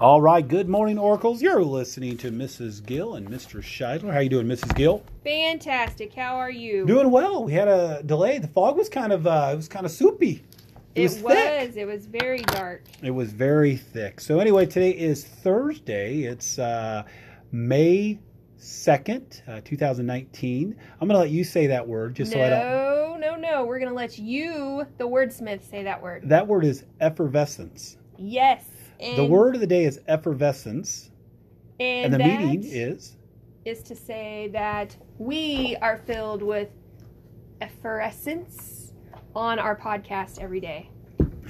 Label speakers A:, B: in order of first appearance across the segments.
A: All right, good morning, Oracles. You're listening to Mrs. Gill and Mr. Scheidler. How you doing, Mrs. Gill?
B: Fantastic. How are you?
A: Doing well. We had a delay. The fog was kind of uh, it was kind of soupy. It,
B: it
A: was,
B: was.
A: thick.
B: It was very dark.
A: It was very thick. So anyway, today is Thursday. It's uh, May second, uh, 2019. I'm gonna let you say that word just so I don't.
B: no, no, no. We're gonna let you, the wordsmith, say that word.
A: That word is effervescence.
B: Yes. And,
A: the word of the day is effervescence,
B: and,
A: and the
B: that
A: meaning is
B: is to say that we are filled with effervescence on our podcast every day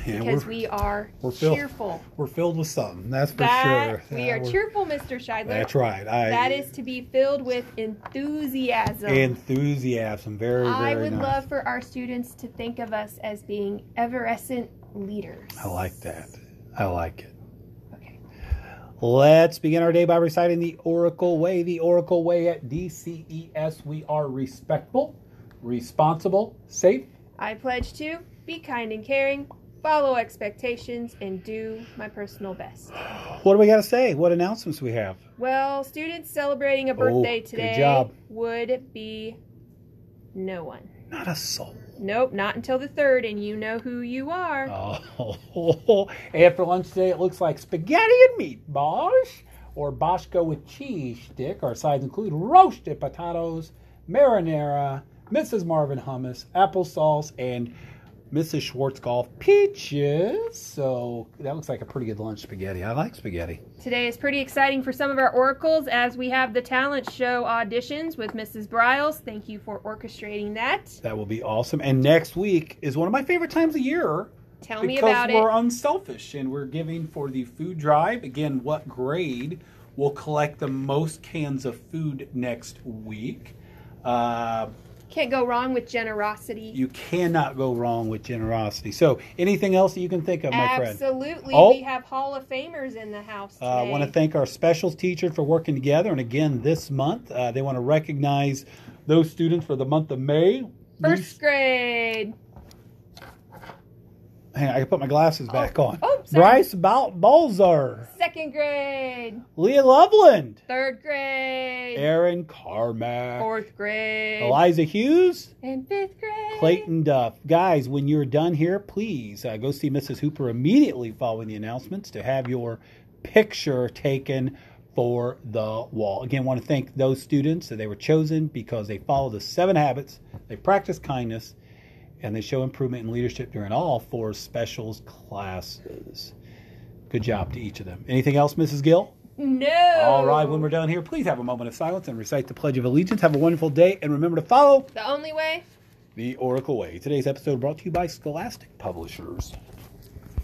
A: Yeah,
B: because
A: we're-
B: we are
A: we're filled-
B: cheerful.
A: We're filled with something, that's for
B: that
A: sure.
B: we
A: Yeah,
B: are
A: we're-
B: cheerful, Mr. Scheidler.
A: That's right. I,
B: That is to be filled with enthusiasm.
A: enthusiasm. Very, very
B: I would
A: nice.
B: love for our students to think of us as being evanescent leaders.
A: I like that. I like it.
B: Okay.
A: Let's begin our day by reciting the Oracle Way. The Oracle Way at DCES. We are respectful, responsible, safe.
B: I pledge to be kind and caring, follow expectations, and do my personal best.
A: What do we got to say? What announcements we have?
B: Well, students celebrating a birthday
A: Oh, good
B: today
A: job.
B: would be no one.
A: Not a soul.
B: Nope, not until the third, and you know who you are.
A: Oh, after lunch today, it looks like spaghetti and meat, Bosch, or Boschko with cheese stick. Our sides include roasted potatoes, marinara, Mrs. Marvin hummus, applesauce, and Mrs. Schwarzkopf peaches. So that looks like a pretty good lunch spaghetti. I like spaghetti.
B: Today is pretty exciting for some of our oracles as we have the talent show auditions with Mrs. Briles. Thank you for orchestrating that.
A: That will be awesome. And next week is one of my favorite times of year.
B: Tell me
A: because
B: about it.
A: we're unselfish and we're giving for the food drive. Again, what grade will collect the most cans of food next week? Uh,
B: Can't go wrong with generosity.
A: you cannot go wrong with generosity. So, anything else that you can think of, my friend?
B: Absolutely.
A: Oh.
B: We have Hall of Famers in the house today.
A: Uh, I want to thank our specials teacher for working together. And again, this month, uh, they want to recognize those students for the month of May.
B: First grade.
A: Hang on, I can put my glasses back on.
B: oh, sorry.
A: Bryce Bal- Balzer,
B: Second grade.
A: Leah Loveland,
B: Third grade.
A: Aaron Carmack.
B: Fourth grade.
A: Eliza Hughes,
B: And fifth grade.
A: Clayton Duff. Guys, when you're done here, please uh, go see Mrs. Hooper immediately following the announcements to have your picture taken for the wall. Again, want to thank those students that they were chosen because they follow the seven habits, they practice kindness, and they show improvement in leadership during all four specials classes. Good job to each of them. Anything else, Mrs. Gill?
B: No.
A: All right, when we're done here, please have a moment of silence and recite the Pledge of Allegiance. Have a wonderful day, and remember to follow
B: The only way
A: the Oracle Way. Today's episode brought to you by Scholastic Publishers.